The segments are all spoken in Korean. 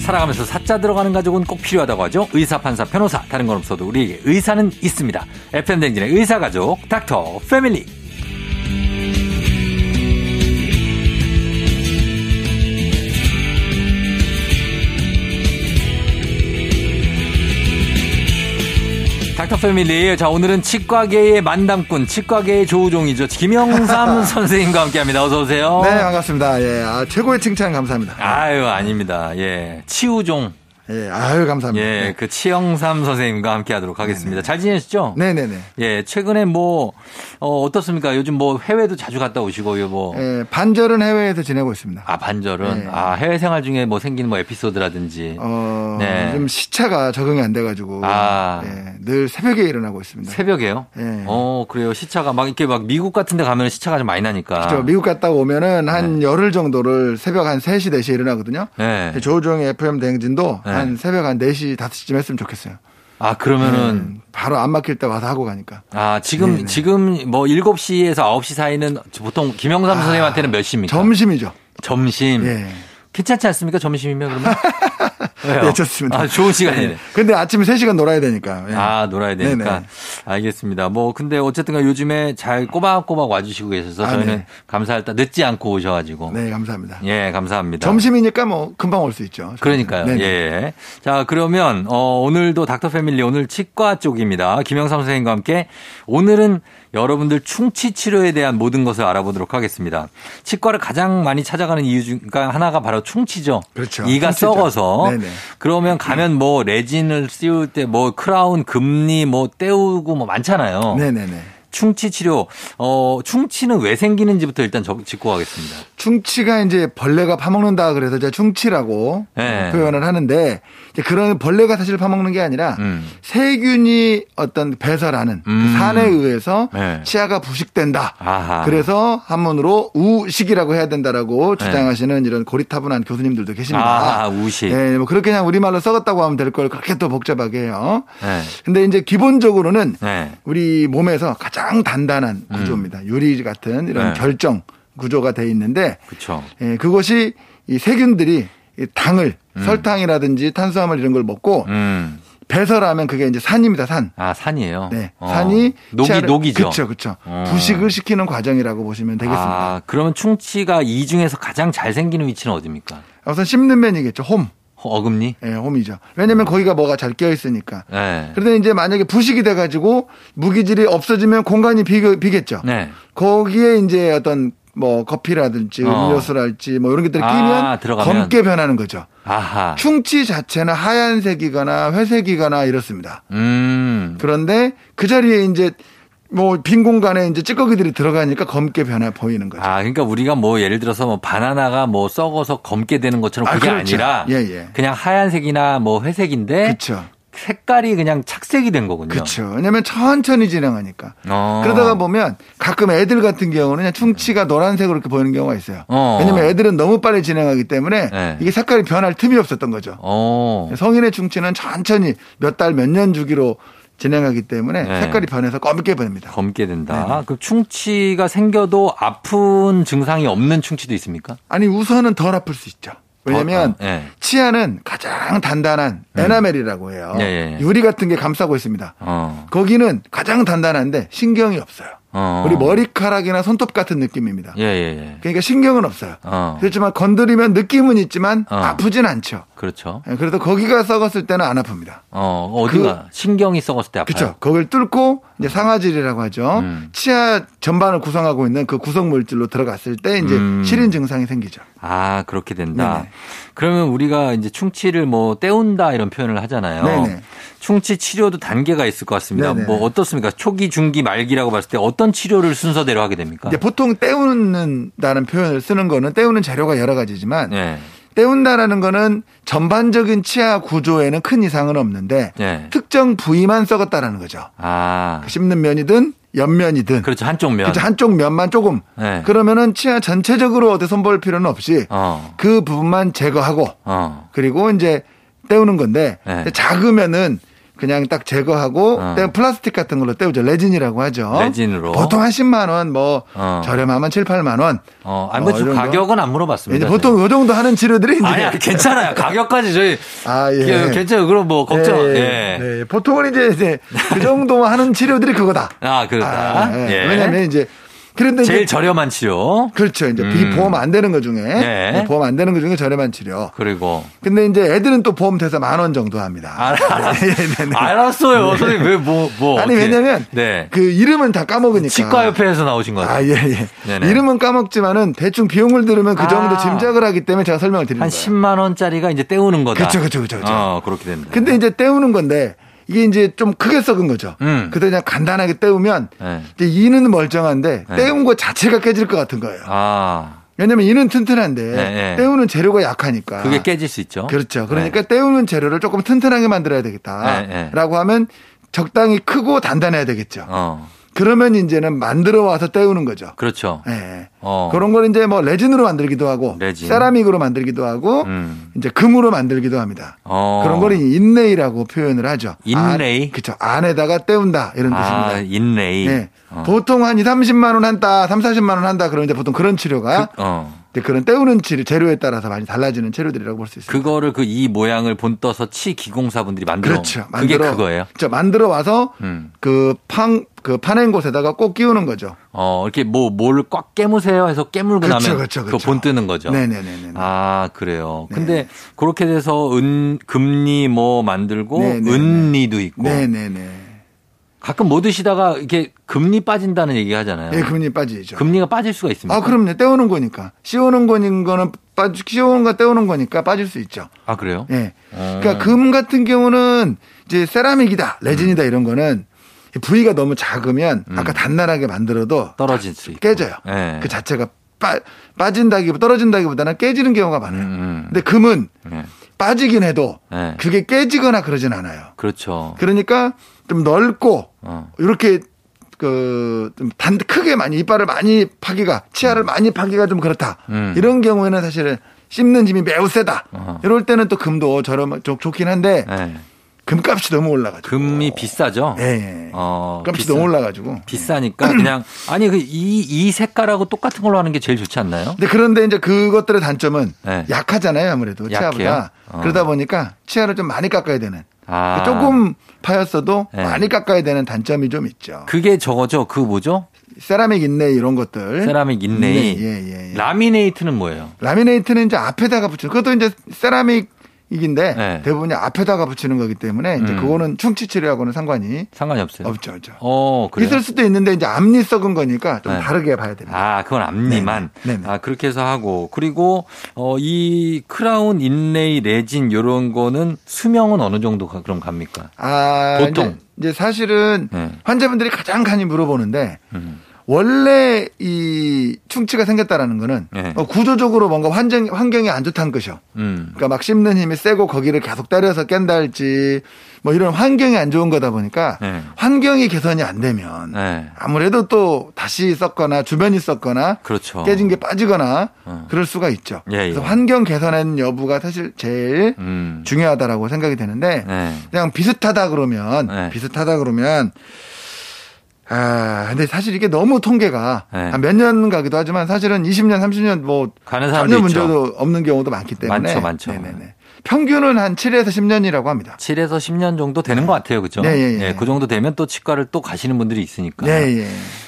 살아가면서 사자 들어가는 가족은 꼭 필요하다고 하죠. 의사, 판사, 변호사, 다른 건 없어도 우리 의사는 있습니다. FM 댕진의 의사 가족 닥터 패밀리. 닥터 패밀리. 자, 오늘은 치과계의 만담꾼, 치과계의 조우종이죠. 김영삼 선생님과 함께 합니다. 어서오세요. 네, 반갑습니다. 예, 아, 최고의 칭찬 감사합니다. 아유, 아닙니다. 예. 치우종. 예, 아유, 감사합니다. 예, 그 치영삼 선생님과 함께 하도록 하겠습니다. 잘 지내시죠? 네, 네네네. 예, 최근에 뭐, 어, 어떻습니까? 요즘 뭐 해외도 자주 갔다 오시고, 요 뭐. 예, 반절은 해외에서 지내고 있습니다. 아, 반절은? 예. 아, 해외 생활 중에 뭐 생기는 뭐 에피소드라든지. 어, 네. 좀 시차가 적응이 안 돼가지고 아. 예, 늘 새벽에 일어나고 있습니다. 새벽에요? 예. 어, 그래요. 시차가 막 이렇게 막 미국 같은 데 가면 시차가 좀 많이 나니까. 저 미국 갔다 오면은 한 네. 열흘 정도를 새벽 한 3시, 4시에 일어나거든요. 예. 조종의 FM 대행진도 네. 한 새벽 한 4시, 5시쯤 했으면 좋겠어요. 아, 그러면은 음, 바로 안 막힐 때 와서 하고 가니까. 아, 지금, 네네. 지금 뭐 7시에서 9시 사이는 보통 김영삼 선생님한테는 몇 시입니까? 아, 점심이죠. 점심. 예. 괜찮지 않습니까? 점심이면 그러면? 왜요? 예, 좋습니다. 아, 좋은 시간이네. 예. 근데 아침에 3시간 놀아야 되니까. 예. 아, 놀아야 되니까. 네네. 알겠습니다. 뭐, 근데 어쨌든 간에 요즘에 잘 꼬박꼬박 와주시고 계셔서 아, 저희는 네. 감사할 때 늦지 않고 오셔가지고. 네, 감사합니다. 예, 감사합니다. 점심이니까 뭐 금방 올 수 있죠. 그러니까요. 네네. 예. 자, 그러면, 어, 오늘도 닥터 패밀리 오늘 치과 쪽입니다. 김영삼 선생님과 함께 오늘은 여러분들 충치 치료에 대한 모든 것을 알아보도록 하겠습니다. 치과를 가장 많이 찾아가는 이유 중 그러니까 하나가 바로 충치죠. 그렇죠. 이가 충치죠. 썩어서. 네네. 그러면 가면 뭐 레진을 씌울 때 뭐 크라운, 금리 뭐 떼우고 뭐 많잖아요. 네네네. 충치 치료. 어, 충치는 왜 생기는지부터 일단 저- 짚고 가겠습니다. 충치가 이제 벌레가 파먹는다 그래서 이제 충치라고 네. 어, 표현을 하는데 이제 그런 벌레가 사실 파먹는 게 아니라 음. 세균이 어떤 배설하는 그 음. 산에 의해서 네. 치아가 부식된다. 아하. 그래서 한문으로 우식이라고 해야 된다라고 주장하시는 이런 고리타분한 교수님들도 계십니다. 네. 아, 우식. 예, 뭐 그렇게 그냥 우리말로 썩었다고 하면 될 걸 그렇게 또 복잡하게 해요. 네. 근데 이제 기본적으로는 네. 우리 몸에서 가장 단단한 음. 구조입니다. 유리 같은 이런 네. 결정 구조가 돼 있는데 그렇죠. 예, 그것이 이 세균들이 이 당을 설탕이라든지 탄수화물 이런 걸 먹고 음. 배설하면 그게 이제 산입니다. 산. 아 산이에요. 네, 어. 산이 녹이 녹이죠. 그렇죠, 그렇죠. 어. 부식을 시키는 과정이라고 보시면 되겠습니다. 아 그러면 충치가 이 중에서 가장 잘 생기는 위치는 어디입니까? 우선 씹는 면이겠죠. 홈, 허- 어금니. 예, 홈이죠. 음. 왜냐하면 거기가 뭐가 잘 껴 있으니까. 네. 그런데 이제 만약에 부식이 돼가지고 무기질이 없어지면 공간이 비, 비겠죠. 네. 거기에 이제 어떤 뭐 커피라든지 어. 음료수랄지 뭐 이런 것들이 아, 끼면 들어가면. 검게 변하는 거죠. 아하. 충치 자체는 하얀색이거나 회색이거나 이렇습니다. 음. 그런데 그 자리에 이제 뭐 빈 공간에 이제 찌꺼기들이 들어가니까 검게 변해 보이는 거죠. 아 그러니까 우리가 뭐 예를 들어서 뭐 바나나가 뭐 썩어서 검게 되는 것처럼 아, 그게 아, 그렇죠. 니라 예, 예. 그냥 하얀색이나 뭐 회색인데 그렇죠. 색깔이 그냥 착색이 된 거군요. 그렇죠. 왜냐하면 천천히 진행하니까. 어. 그러다가 보면 가끔 애들 같은 경우는 그냥 충치가 노란색으로 이렇게 보이는 경우가 있어요. 어. 왜냐면 애들은 너무 빨리 진행하기 때문에 네. 이게 색깔이 변할 틈이 없었던 거죠. 어. 성인의 충치는 천천히 몇 달 몇 년 주기로 진행하기 때문에 네. 색깔이 변해서 검게 변합니다. 검게 네, 된다. 그 충치가 생겨도 아픈 증상이 없는 충치도 있습니까? 아니 우선은 덜 아플 수 있죠. 왜냐하면 어, 어, 예. 치아는 가장 단단한 에나멜이라고 해요. 예, 예, 예. 유리 같은 게 감싸고 있습니다. 어. 거기는 가장 단단한데 신경이 없어요. 어. 우리 머리카락이나 손톱 같은 느낌입니다. 예, 예, 예. 그러니까 신경은 없어요. 어. 그렇지만 건드리면 느낌은 있지만 어. 아프진 않죠. 그렇죠. 예, 그래서 거기가 썩었을 때는 안 아픕니다. 어, 어디가 신경이 썩었을 때 아파요. 그- 그렇죠. 거기를 뚫고 이제 상아질이라고 하죠. 음. 치아 전반을 구성하고 있는 그 구성 물질로 들어갔을 때 이제 음. 실인 증상이 생기죠. 아, 그렇게 된다. 네네. 그러면 우리가 이제 충치를 뭐 때운다 이런 표현을 하잖아요. 네네. 충치 치료도 단계가 있을 것 같습니다. 네네. 뭐 어떻습니까? 초기, 중기, 말기라고 봤을 때 어떤 치료를 순서대로 하게 됩니까? 이제 보통 때우는다는 표현을 쓰는 거는 때우는 재료가 여러 가지지만 네. 때운다라는 거는 전반적인 치아 구조에는 큰 이상은 없는데 예. 특정 부위만 썩었다라는 거죠. 아. 씹는 면이든 옆면이든 그렇죠. 한쪽 면. 그죠. 한쪽 면만 조금 네. 그러면은 치아 전체적으로 어디 손볼 필요는 없이 어. 그 부분만 제거하고 어. 그리고 이제 때우는 건데 네. 근데 작으면은 그냥 딱 제거하고 어. 때- 플라스틱 같은 걸로 때우죠. 레진이라고 하죠. 레진으로. 보통 한 10만 원, 뭐 어. 저렴하면 7, 8만 원. 어. 아니, 뭐 어, 지금 이 정도? 가격은 안 물어봤습니다. 이제 보통 요 정도 하는 치료들이 이제 아니, 아니, 괜찮아요. 가격까지 저희. 아, 예. 괜찮아요. 그럼 뭐, 걱정. 예, 예. 예. 네, 보통은 이제 이제 그 정도 하는 치료들이 그거다. 아, 그렇다. 예. 예. 왜냐면 이제 그런데 이제 제일 저렴한 치료. 그렇죠. 이제 음. 비보험 안 되는 것 중에 네. 보험 안 되는 것 중에 저렴한 치료. 그리고. 근데 이제 애들은 또 보험 돼서 만 원 정도 합니다. 알, 알, 예, 네, 네. 알았어요. 선생님, 왜 뭐, 아, 뭐. 아니 어떻게. 왜냐면 네. 그 이름은 다 까먹으니까. 치과 협회에서 나오신 거 같아요. 아, 예, 예. 네네. 이름은 까먹지만은 대충 비용을 들으면 그 정도 아. 짐작을 하기 때문에 제가 설명을 드리는 한 거예요. 10만 원짜리가 이제 때우는 거다. 그쵸, 그쵸, 그쵸, 그쵸. 어, 그렇게 됩니다. 근데 이제 때우는 건데 이게 이제 좀 크게 썩은 거죠. 음. 그때 그냥 간단하게 때우면 네. 이제 이는 멀쩡한데 네. 때운 거 자체가 깨질 것 같은 거예요. 아, 왜냐면 이는 튼튼한데 네, 네. 때우는 재료가 약하니까. 그게 깨질 수 있죠. 아, 그렇죠. 그러니까 때우는 재료를 조금 튼튼하게 만들어야 되겠다라고 네, 네. 하면 적당히 크고 단단해야 되겠죠. 어, 그러면 이제는 만들어 와서 때우는 거죠. 그렇죠. 예. 어. 그런 걸 이제 뭐 레진으로 만들기도 하고 레진. 세라믹으로 만들기도 하고 음. 이제 금으로 만들기도 합니다. 어. 그런 걸 이제 인레이라고 표현을 하죠. 인레이? 안, 그렇죠. 안에다가 때운다 이런 아, 뜻입니다. 인레이. 예. 어. 보통 한 2, 30만 원 한다, 3, 40만 원 한다 그러면 이제 보통 그런 치료가 어. 이제 그런 때우는 치료 재료에 따라서 많이 달라지는 치료들이라고 볼 수 있습니다. 그거를 그 이 모양을 본떠서 치 기공사분들이 만들어. 그렇죠. 온- 그게 그거예요. 그렇죠. 만들어 와서 음. 그 팡, 그 파낸 곳에다가 꼭 끼우는 거죠. 어, 이렇게 뭐, 뭘 꽉 깨무세요 해서 깨물고 그렇죠, 나면 그렇죠, 그거 그렇죠. 본 뜨는 거죠. 네네네네. 네. 아, 그래요. 근데 그렇게 돼서 은, 금리 뭐 만들고 네, 네, 네. 은리도 있고 네네네. 가끔 뭐 드시다가 이렇게 금리 빠진다는 얘기 하잖아요. 예, 금리 빠지죠. 금리가 빠질 수가 있습니다. 아, 그럼요. 떼우는 거니까. 씌우는 거는 거는 빠지, 씌우는 거 떼우는 거니까 빠질 수 있죠. 아, 그래요? 예. 어. 그러니까 금 같은 경우는 이제 세라믹이다, 레진이다 음. 이런 거는 부위가 너무 작으면 아까 단단하게 만들어도 떨어질 수 있고. 깨져요. 예. 그 자체가 빠, 빠진다기보다 떨어진다기보다는 깨지는 경우가 많아요. 음. 근데 금은 예. 빠지긴 해도 네. 그게 깨지거나 그러진 않아요. 그렇죠. 그러니까 좀 넓고 어. 이렇게 그좀단 크게 많이 이빨을 많이 파기가 치아를 많이 파기가 좀 그렇다 음. 이런 경우에는 사실은 씹는 힘이 매우 세다 어허. 이럴 때는 또 금도 저렴 좋, 좋긴 한데 예. 금값이 너무 올라가지고 금이 비싸죠? 어. 예, 예. 어, 값이 비싸- 너무 올라가지고 음. 비싸니까 그냥 아니 그 이 이 색깔하고 똑같은 걸로 하는 게 제일 좋지 않나요? 근데 그런데 이제 그것들의 단점은 네. 약하잖아요 아무래도 약해요? 치아보다 어. 그러다 보니까 치아를 좀 많이 깎아야 되는 아. 조금 파였어도 네. 많이 깎아야 되는 단점이 좀 있죠 그게 저거죠. 그 뭐죠? 세라믹 인레 이런 것들 세라믹 인레이. 네, 예, 예, 예. 라미네이트는 뭐예요? 라미네이트는 이제 앞에다가 붙이는 그것도 이제 세라믹이긴데 네. 대부분이 앞에다가 붙이는 거기 때문에 이제 음. 그거는 충치 치료하고는 상관이 상관이 없어요. 없죠, 없죠. 어, 그래요. 있을 수도 있는데 이제 앞니 썩은 거니까 좀 네. 다르게 봐야 됩니다. 아, 그건 앞니만. 네네. 네네. 아, 그렇게 해서 하고. 그리고, 어, 이 크라운, 인레이, 레진, 요런 거는 수명은 어느 정도 가- 그럼 갑니까? 아, 보통. 이제, 이제 사실은 네. 환자분들이 가장 많이 물어보는데 음. 원래 이 충치가 생겼다라는 거는 네. 어, 구조적으로 뭔가 환경, 환경이 안 좋다는 것이요. 음. 그러니까 막 씹는 힘이 세고 거기를 계속 때려서 깬다 할지 뭐 이런 환경이 안 좋은 거다 보니까 네. 환경이 개선이 안 되면 네. 아무래도 또 다시 썼거나 주변이 썼거나 그렇죠. 깨진 게 빠지거나 어. 그럴 수가 있죠. 예, 예. 그래서 환경 개선의 여부가 사실 제일 음. 중요하다라고 생각이 되는데 네. 그냥 비슷하다 그러면 네. 비슷하다 그러면 아 근데 사실 이게 너무 통계가 네. 한 몇 년 가기도 하지만 사실은 20년 30년 뭐 가는 전혀 사람도 있죠. 문제도 없는 경우도 많기 때문에 많죠, 많죠. 네네네. 평균은 한 7에서 10년이라고 합니다. 7에서 10년 정도 되는 것 같아요. 그죠? 네, 예, 예. 그 정도 되면 또 치과를 또 가시는 분들이 있으니까. 네, 예.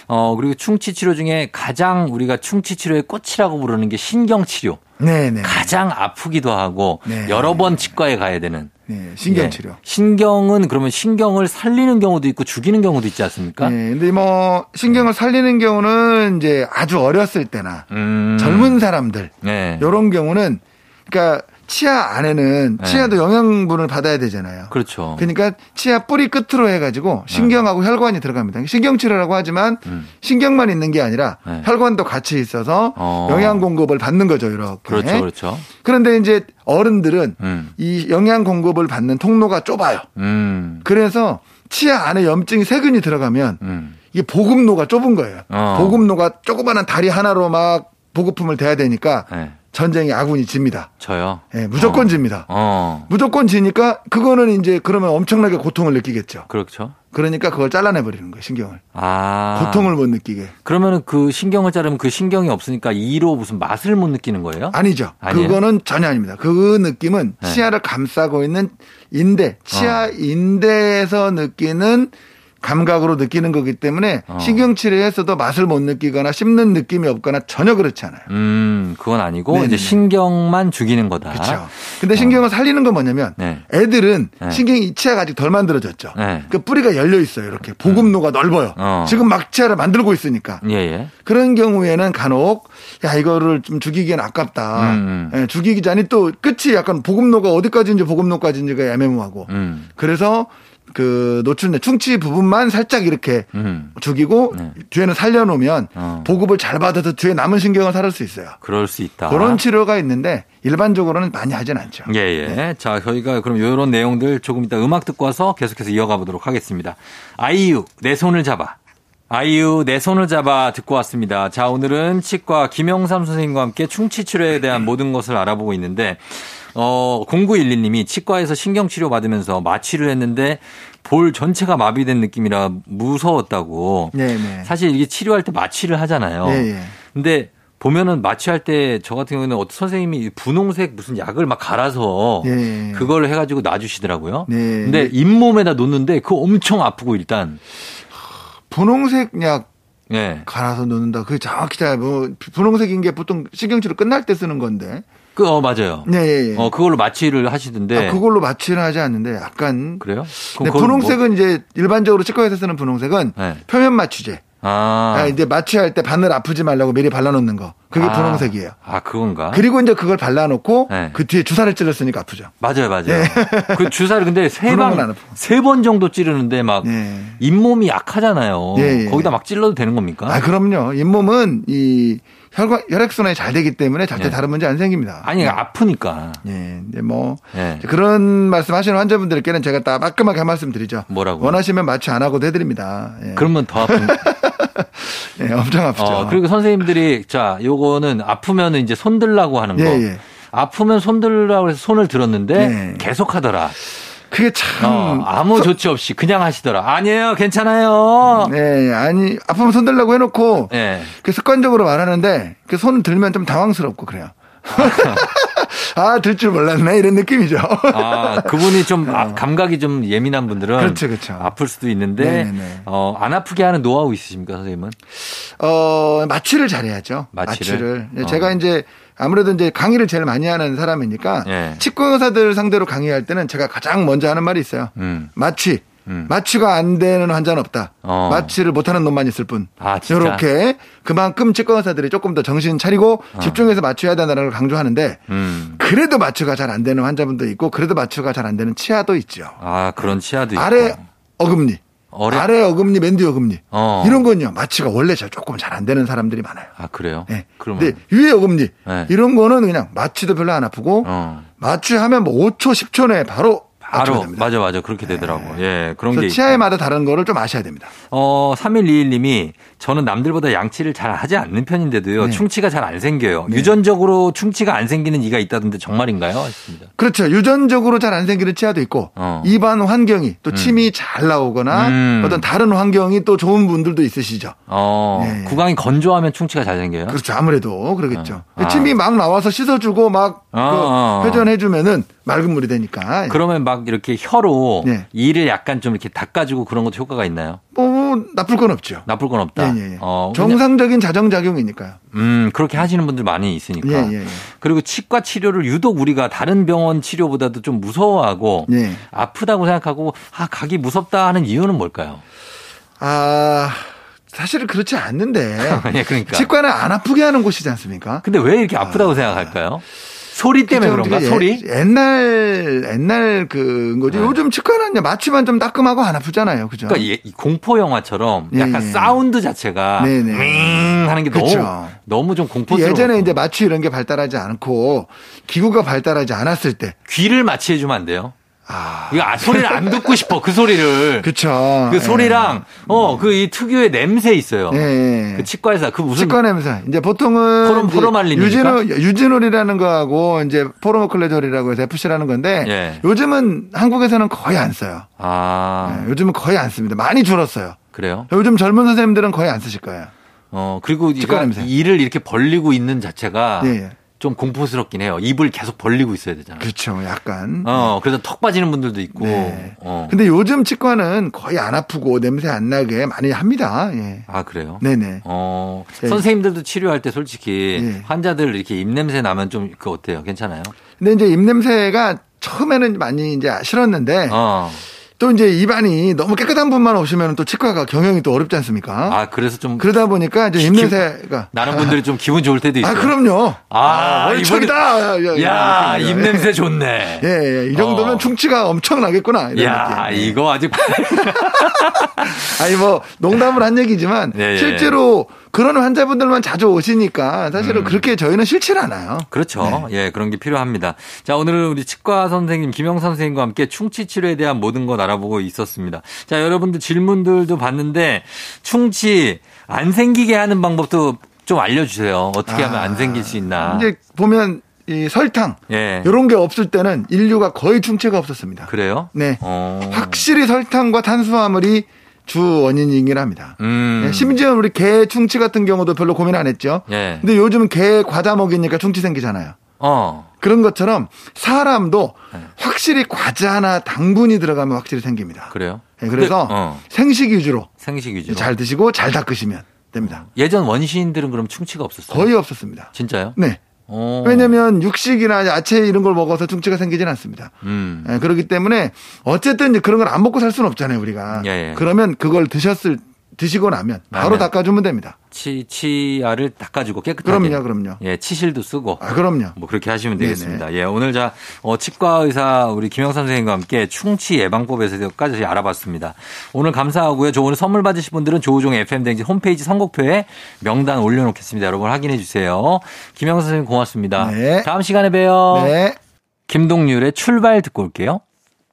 어, 그리고 충치 치료 중에 가장 우리가 충치 치료의 꽃이라고 부르는 게 신경 치료. 네, 네. 가장 아프기도 하고 네. 여러 번 치과에 가야 되는 네, 예. 신경 치료. 신경은 그러면 신경을 살리는 경우도 있고 죽이는 경우도 있지 않습니까? 네, 근데 뭐 신경을 살리는 경우는 이제 아주 어렸을 때나 음. 젊은 사람들 네. 요런 경우는 그러니까 치아 안에는 치아도 영양분을 받아야 되잖아요. 그렇죠. 네. 그러니까 치아 뿌리 끝으로 해가지고 신경하고 혈관이 들어갑니다. 그러니까 신경치료라고 하지만 음. 신경만 있는 게 아니라 네. 혈관도 같이 있어서 어. 영양 공급을 받는 거죠, 이렇게. 그렇죠. 그렇죠. 런데 이제 어른들은 음. 이 영양 공급을 받는 통로가 좁아요. 음. 그래서 치아 안에 염증이 세균이 들어가면 음. 이게 보급로가 좁은 거예요. 어. 보급로가 조그마한 다리 하나로 막 보급품을 대야 되니까 네. 전쟁에 아군이 집니다. 저요. 예, 무조건 어. 집니다. 어. 무조건 지니까 그거는 이제 그러면 엄청나게 고통을 느끼겠죠. 그렇죠. 그러니까 그걸 잘라내 버리는 거예요, 신경을. 아. 고통을 못 느끼게. 그러면은 그 신경을 자르면 그 신경이 없으니까 이로 무슨 맛을 못 느끼는 거예요? 아니죠. 아니에요? 그거는 전혀 아닙니다. 그 느낌은 네. 어. 치아를 감싸고 있는 인대, 치아 인대에서 느끼는 감각으로 느끼는 거기 때문에 어. 신경 치료에서도 맛을 못 느끼거나 씹는 느낌이 없거나 전혀 그렇지 않아요. 음, 그건 아니고 네네네. 이제 신경만 죽이는 거다. 그렇죠. 근데 신경을 살리는 건 뭐냐면 어. 네. 애들은 네. 신경이 치아가 아직 덜 만들어졌죠. 네. 그 뿌리가 열려 있어요. 이렇게 보급로가 넓어요. 어. 지금 막 치아를 만들고 있으니까. 예, 예. 그런 경우에는 간혹 야 이거를 좀 죽이기엔 아깝다. 음, 예, 죽이기 전에 또 끝이 약간 보급로가 어디까지인지 보급로까지인지가 애매모하고 음. 그래서 그 노출된 충치 부분만 살짝 이렇게 음. 죽이고 네. 뒤에는 살려놓으면 어. 보급을 잘 받아서 뒤에 남은 신경을 살릴 수 있어요. 그럴 수 있다. 그런 치료가 있는데 일반적으로는 많이 하진 않죠. 네. 예, 예. 자, 저희가 그럼 이런 내용들 조금 이따 음악 듣고 와서 계속해서 이어가 보도록 하겠습니다. 아이유, 내 손을 잡아. 아이유, 내 손을 잡아 듣고 왔습니다. 자, 오늘은 치과 김영삼 선생님과 함께 충치 치료에 대한 모든 것을 알아보고 있는데, 어, 0911님이 치과에서 신경치료 받으면서 마취를 했는데 볼 전체가 마비된 느낌이라 무서웠다고. 네, 네. 사실 이게 치료할 때 마취를 하잖아요. 예, 예. 근데 보면은 마취할 때 저 같은 경우는 어떤 선생님이 분홍색 무슨 약을 막 갈아서 예. 그걸 해가지고 놔주시더라고요. 네. 근데 잇몸에다 놓는데 그거 엄청 아프고 일단 분홍색 약 예. 갈아서 놓는다. 그게 정확히 잘뭐 분홍색인 게 보통 신경치료 끝날 때 쓰는 건데. 그, 어, 맞아요. 네, 예, 예. 어, 그걸로 마취를 하시던데. 아, 그걸로 마취는 하지 않는데 약간 그래요? 네, 그럼 그건 분홍색은 이제 일반적으로 치과에서 쓰는 분홍색은 네. 표면 마취제. 뭐- 아. 아, 이제 마취할 때 바늘 아프지 말라고 미리 발라놓는 거. 그게 아. 분홍색이에요. 아, 그건가? 그리고 이제 그걸 발라놓고 네. 그 뒤에 주사를 찔렀으니까 아프죠. 맞아요, 맞아요. 그 주사를 근데 세 네. 분홍은 방, 안 아프고. 세 번 정도 찌르는데 막 네. 잇몸이 약하잖아요. 예, 예. 거기다 막 찔러도 되는 겁니까? 아, 그럼요. 잇몸은 이 혈관, 혈액순환이 잘 되기 때문에 절대 네. 다른 문제 안 생깁니다. 아니, 아프니까. 예, 이제 뭐 예. 그런 말씀하시는 환자분들께는 제가 따박끔하게 한 말씀 드리죠. 뭐라고요? 원하시면 마취 안 하고도 해드립니다. 예. 그러면 더 아픈. 예, 엄청 아프죠. 어, 그리고 선생님들이 자, 요거는 아프면 이제 손 들라고 하는 거. 예, 예. 아프면 손 들라고 해서 손을 들었는데 예. 음. 계속 하더라. 그게 참 어, 아무 조치 없이 그냥 하시더라. 아니에요, 괜찮아요. 네, 아니 아프면 손 들라고 해놓고 예. 그 습관적으로 말하는데 그 손 들면 좀 당황스럽고 그래요. 아 들 줄 몰랐네 이런 느낌이죠. 아, 그분이 좀 아, 감각이 좀 예민한 분들은 네. 그렇죠, 그렇죠. 아플 수도 있는데 네네네. 어, 안 아프게 하는 노하우 있으십니까, 선생님은? 어 마취를 잘해야죠. 마취를? 마취를. 네, 어. 제가 이제 아무래도 이제 강의를 제일 많이 하는 사람이니까 예. 치과 의사들 상대로 강의할 때는 제가 가장 먼저 하는 말이 있어요. 음. 마취. 음. 마취가 안 되는 환자는 없다. 어. 마취를 못하는 놈만 있을 뿐. 아, 진짜? 이렇게 그만큼 치과 의사들이 조금 더 정신 차리고 집중해서 마취해야 된다는 걸 강조하는데 어. 음. 그래도 마취가 잘 안 되는 환자분도 있고 그래도 마취가 잘 안 되는 치아도 있죠. 아, 그런 치아도 있고. 아래 어금니. 어레- 아래 어금니, 맨뒤 어금니. 어. 이런 건요. 마취가 원래 잘 조금 잘 안 되는 사람들이 많아요. 아, 그래요? 예. 그러면 근데 위에 어금니. 네. 이런 거는 그냥 마취도 별로 안 아프고 어. 마취하면 뭐 5초, 10초 내에 바로 마취가 바로 됩니다. 네. 맞아 맞아 그렇게 되더라고. 예. 그런 게 그래서 있고. 치아에 마다 다른 거를 좀 아셔야 됩니다. 어, 3121님이 저는 남들보다 양치를 잘 하지 않는 네. 편인데도요. 충치가 잘 안 생겨요. 유전적으로 충치가 안 생기는 이가 있다던데 정말인가요? 하십니다. 그렇죠. 유전적으로 잘 안 생기는 치아도 있고 어. 입안 환경이 또 침이 잘 나오거나 음. 어떤 다른 환경이 또 좋은 분들도 있으시죠. 어, 예. 구강이 건조하면 충치가 잘 생겨요? 그렇죠. 아무래도 그러겠죠. 어? 아. 침이 막 나와서 씻어주고 막 아, 아, 아. 그 회전해주면은 맑은 물이 되니까. 그러면막 이렇게 혀로 예. 이를 약간 좀 이렇게 닦아주고 그런 것도 효과가 있나요? 뭐 나쁠 건 없죠. 나쁠 건 예, 없다. 예, 예. 어, 그냥- 정상적인 자정작용이니까요. 음, 그렇게 하시는 분들 많이 있으니까. 예, 예, 예. 그리고 치과 치료를 유독 우리가 다른 병원 치료보다도 좀 무서워하고 예. 아프다고 생각하고 아, 가기 무섭다 하는 이유는 뭘까요? 아 사실은 그렇지 않는데. 예, 그러니까. 치과는 안 아프게 하는 곳이지 않습니까? 근데 왜 이렇게 아프다고 생각할까요? 소리 때문에 그쵸? 그런가? 그게 예- 소리? 옛날 옛날 그 거지. 네. 요즘 치과는 이제 마취만 좀 따끔하고 안 아프잖아요. 그죠? 그러니까 예- 이 공포 영화처럼 예, 약간 예. 사운드 자체가 네, 네. 윙 하는 게 너무 그쵸. 너무 좀 공포스러워. 예전에 이제 마취 이런 게 발달하지 않고 기구가 발달하지 않았을 때 귀를 마취해 주면 안 돼요. 아, 이거 아, 소리를 안 듣고 싶어. 그 소리를. 그, 그쵸. 예. 소리랑 어 그 이 특유의 냄새 있어요. 예. 그 치과에서 그 무슨 치과 냄새. 이제 보통은 포름- 이제 포름알린입니까? 유진올 유진올이라는 거하고 이제 포르모클레졸이라고 해서 FC라는 건데 예. 요즘은 요즘은 한국에서는 거의 안 써요. 아 예, 요즘은 거의 안 씁니다. 많이 줄었어요. 그래요. 요즘 젊은 선생님들은 거의 안 쓰실 거예요. 어 그리고 이거 치과 냄새. 이를 이렇게 벌리고 있는 자체가 예, 예. 좀 공포스럽긴 해요. 입을 계속 벌리고 있어야 되잖아요. 그렇죠. 약간. 어 그래서 턱 빠지는 분들도 있고. 네. 어. 근데 요즘 치과는 거의 안 아프고 냄새 안 나게 많이 합니다. 예. 아 그래요. 네네. 어, 예. 선생님들도 치료할 때 솔직히 예. 환자들 이렇게 입냄새 나면 좀 그 어때요? 괜찮아요? 근데 이제 입냄새가 처음에는 많이 이제 싫었는데 어. 또 이제 입안이 너무 깨끗한 분만 오시면 또 치과가 경영이 또 어렵지 않습니까? 아, 그래서 좀 그러다 보니까 이제 입냄새가 나는 분들이 좀 기분 좋을 때도 있어요. 아 그럼요. 아, 월척이다. 이번에- 야, 입냄새 좋네. 예, 예, 예. 이 정도면 어. 충치가 엄청나겠구나. 이런 야, 느낌. 네. 이거 아직 아니 뭐 농담을 한 얘기지만 예, 예. 실제로 그런 환자분들만 자주 오시니까 음. 사실은 그렇게 저희는 싫진 않아요. 네. 그렇죠. 예, 그런 게 필요합니다. 자, 오늘은 우리 치과 선생님 김영 선생님과 함께 충치 치료에 대한 모든 것 알아보고 있었습니다. 자, 여러분들 질문들도 봤는데 충치 안 생기게 하는 방법도 좀 알려주세요. 어떻게 하면 안 아, 생길 수 있나. 이제 보면 이 설탕 예. 이런 게 없을 때는 인류가 거의 충치가 없었습니다. 그래요? 네. 어. 확실히 설탕과 탄수화물이 주 원인이긴 합니다. 음. 네, 심지어 우리 개 충치 같은 경우도 별로 고민 안 했죠. 예. 근데 요즘 개 과자 먹이니까 충치 생기잖아요. 어. 그런 것처럼 사람도 예. 확실히 과자나 당분이 들어가면 확실히 생깁니다. 그래요? 예, 그래서 근데, 어. 생식 위주로 생식 위주로. 잘 드시고 잘 닦으시면 됩니다. 예전 원시인들은 그럼 충치가 없었어요. 거의 없었습니다. 진짜요? 네. 어. 왜냐면 육식이나 야채 이런 걸 먹어서 충치가 생기진 않습니다. 음. 예, 그렇기 때문에 어쨌든 이제 그런 걸 안 먹고 살 수는 없잖아요, 우리가. 예, 네. 예. 그러면 그걸 드셨을 드시고 나면 바로 라면. 닦아주면 됩니다. 치 치아를 닦아주고 깨끗하게. 그럼요, 그럼요. 예, 치실도 쓰고. 아, 그럼요. 뭐 그렇게 하시면 네네. 되겠습니다. 예, 오늘 자 어, 치과 의사 우리 김영 선생님과 함께 충치 예방법에서까지 알아봤습니다. 오늘 감사하고요. 저 오늘 선물 받으실 분들은 조우종 FM 댕지 홈페이지 선곡표에 명단 올려놓겠습니다. 여러분 확인해 주세요. 김영 선생님 고맙습니다. 네. 다음 시간에 봬요. 네. 김동률의 출발 듣고 올게요.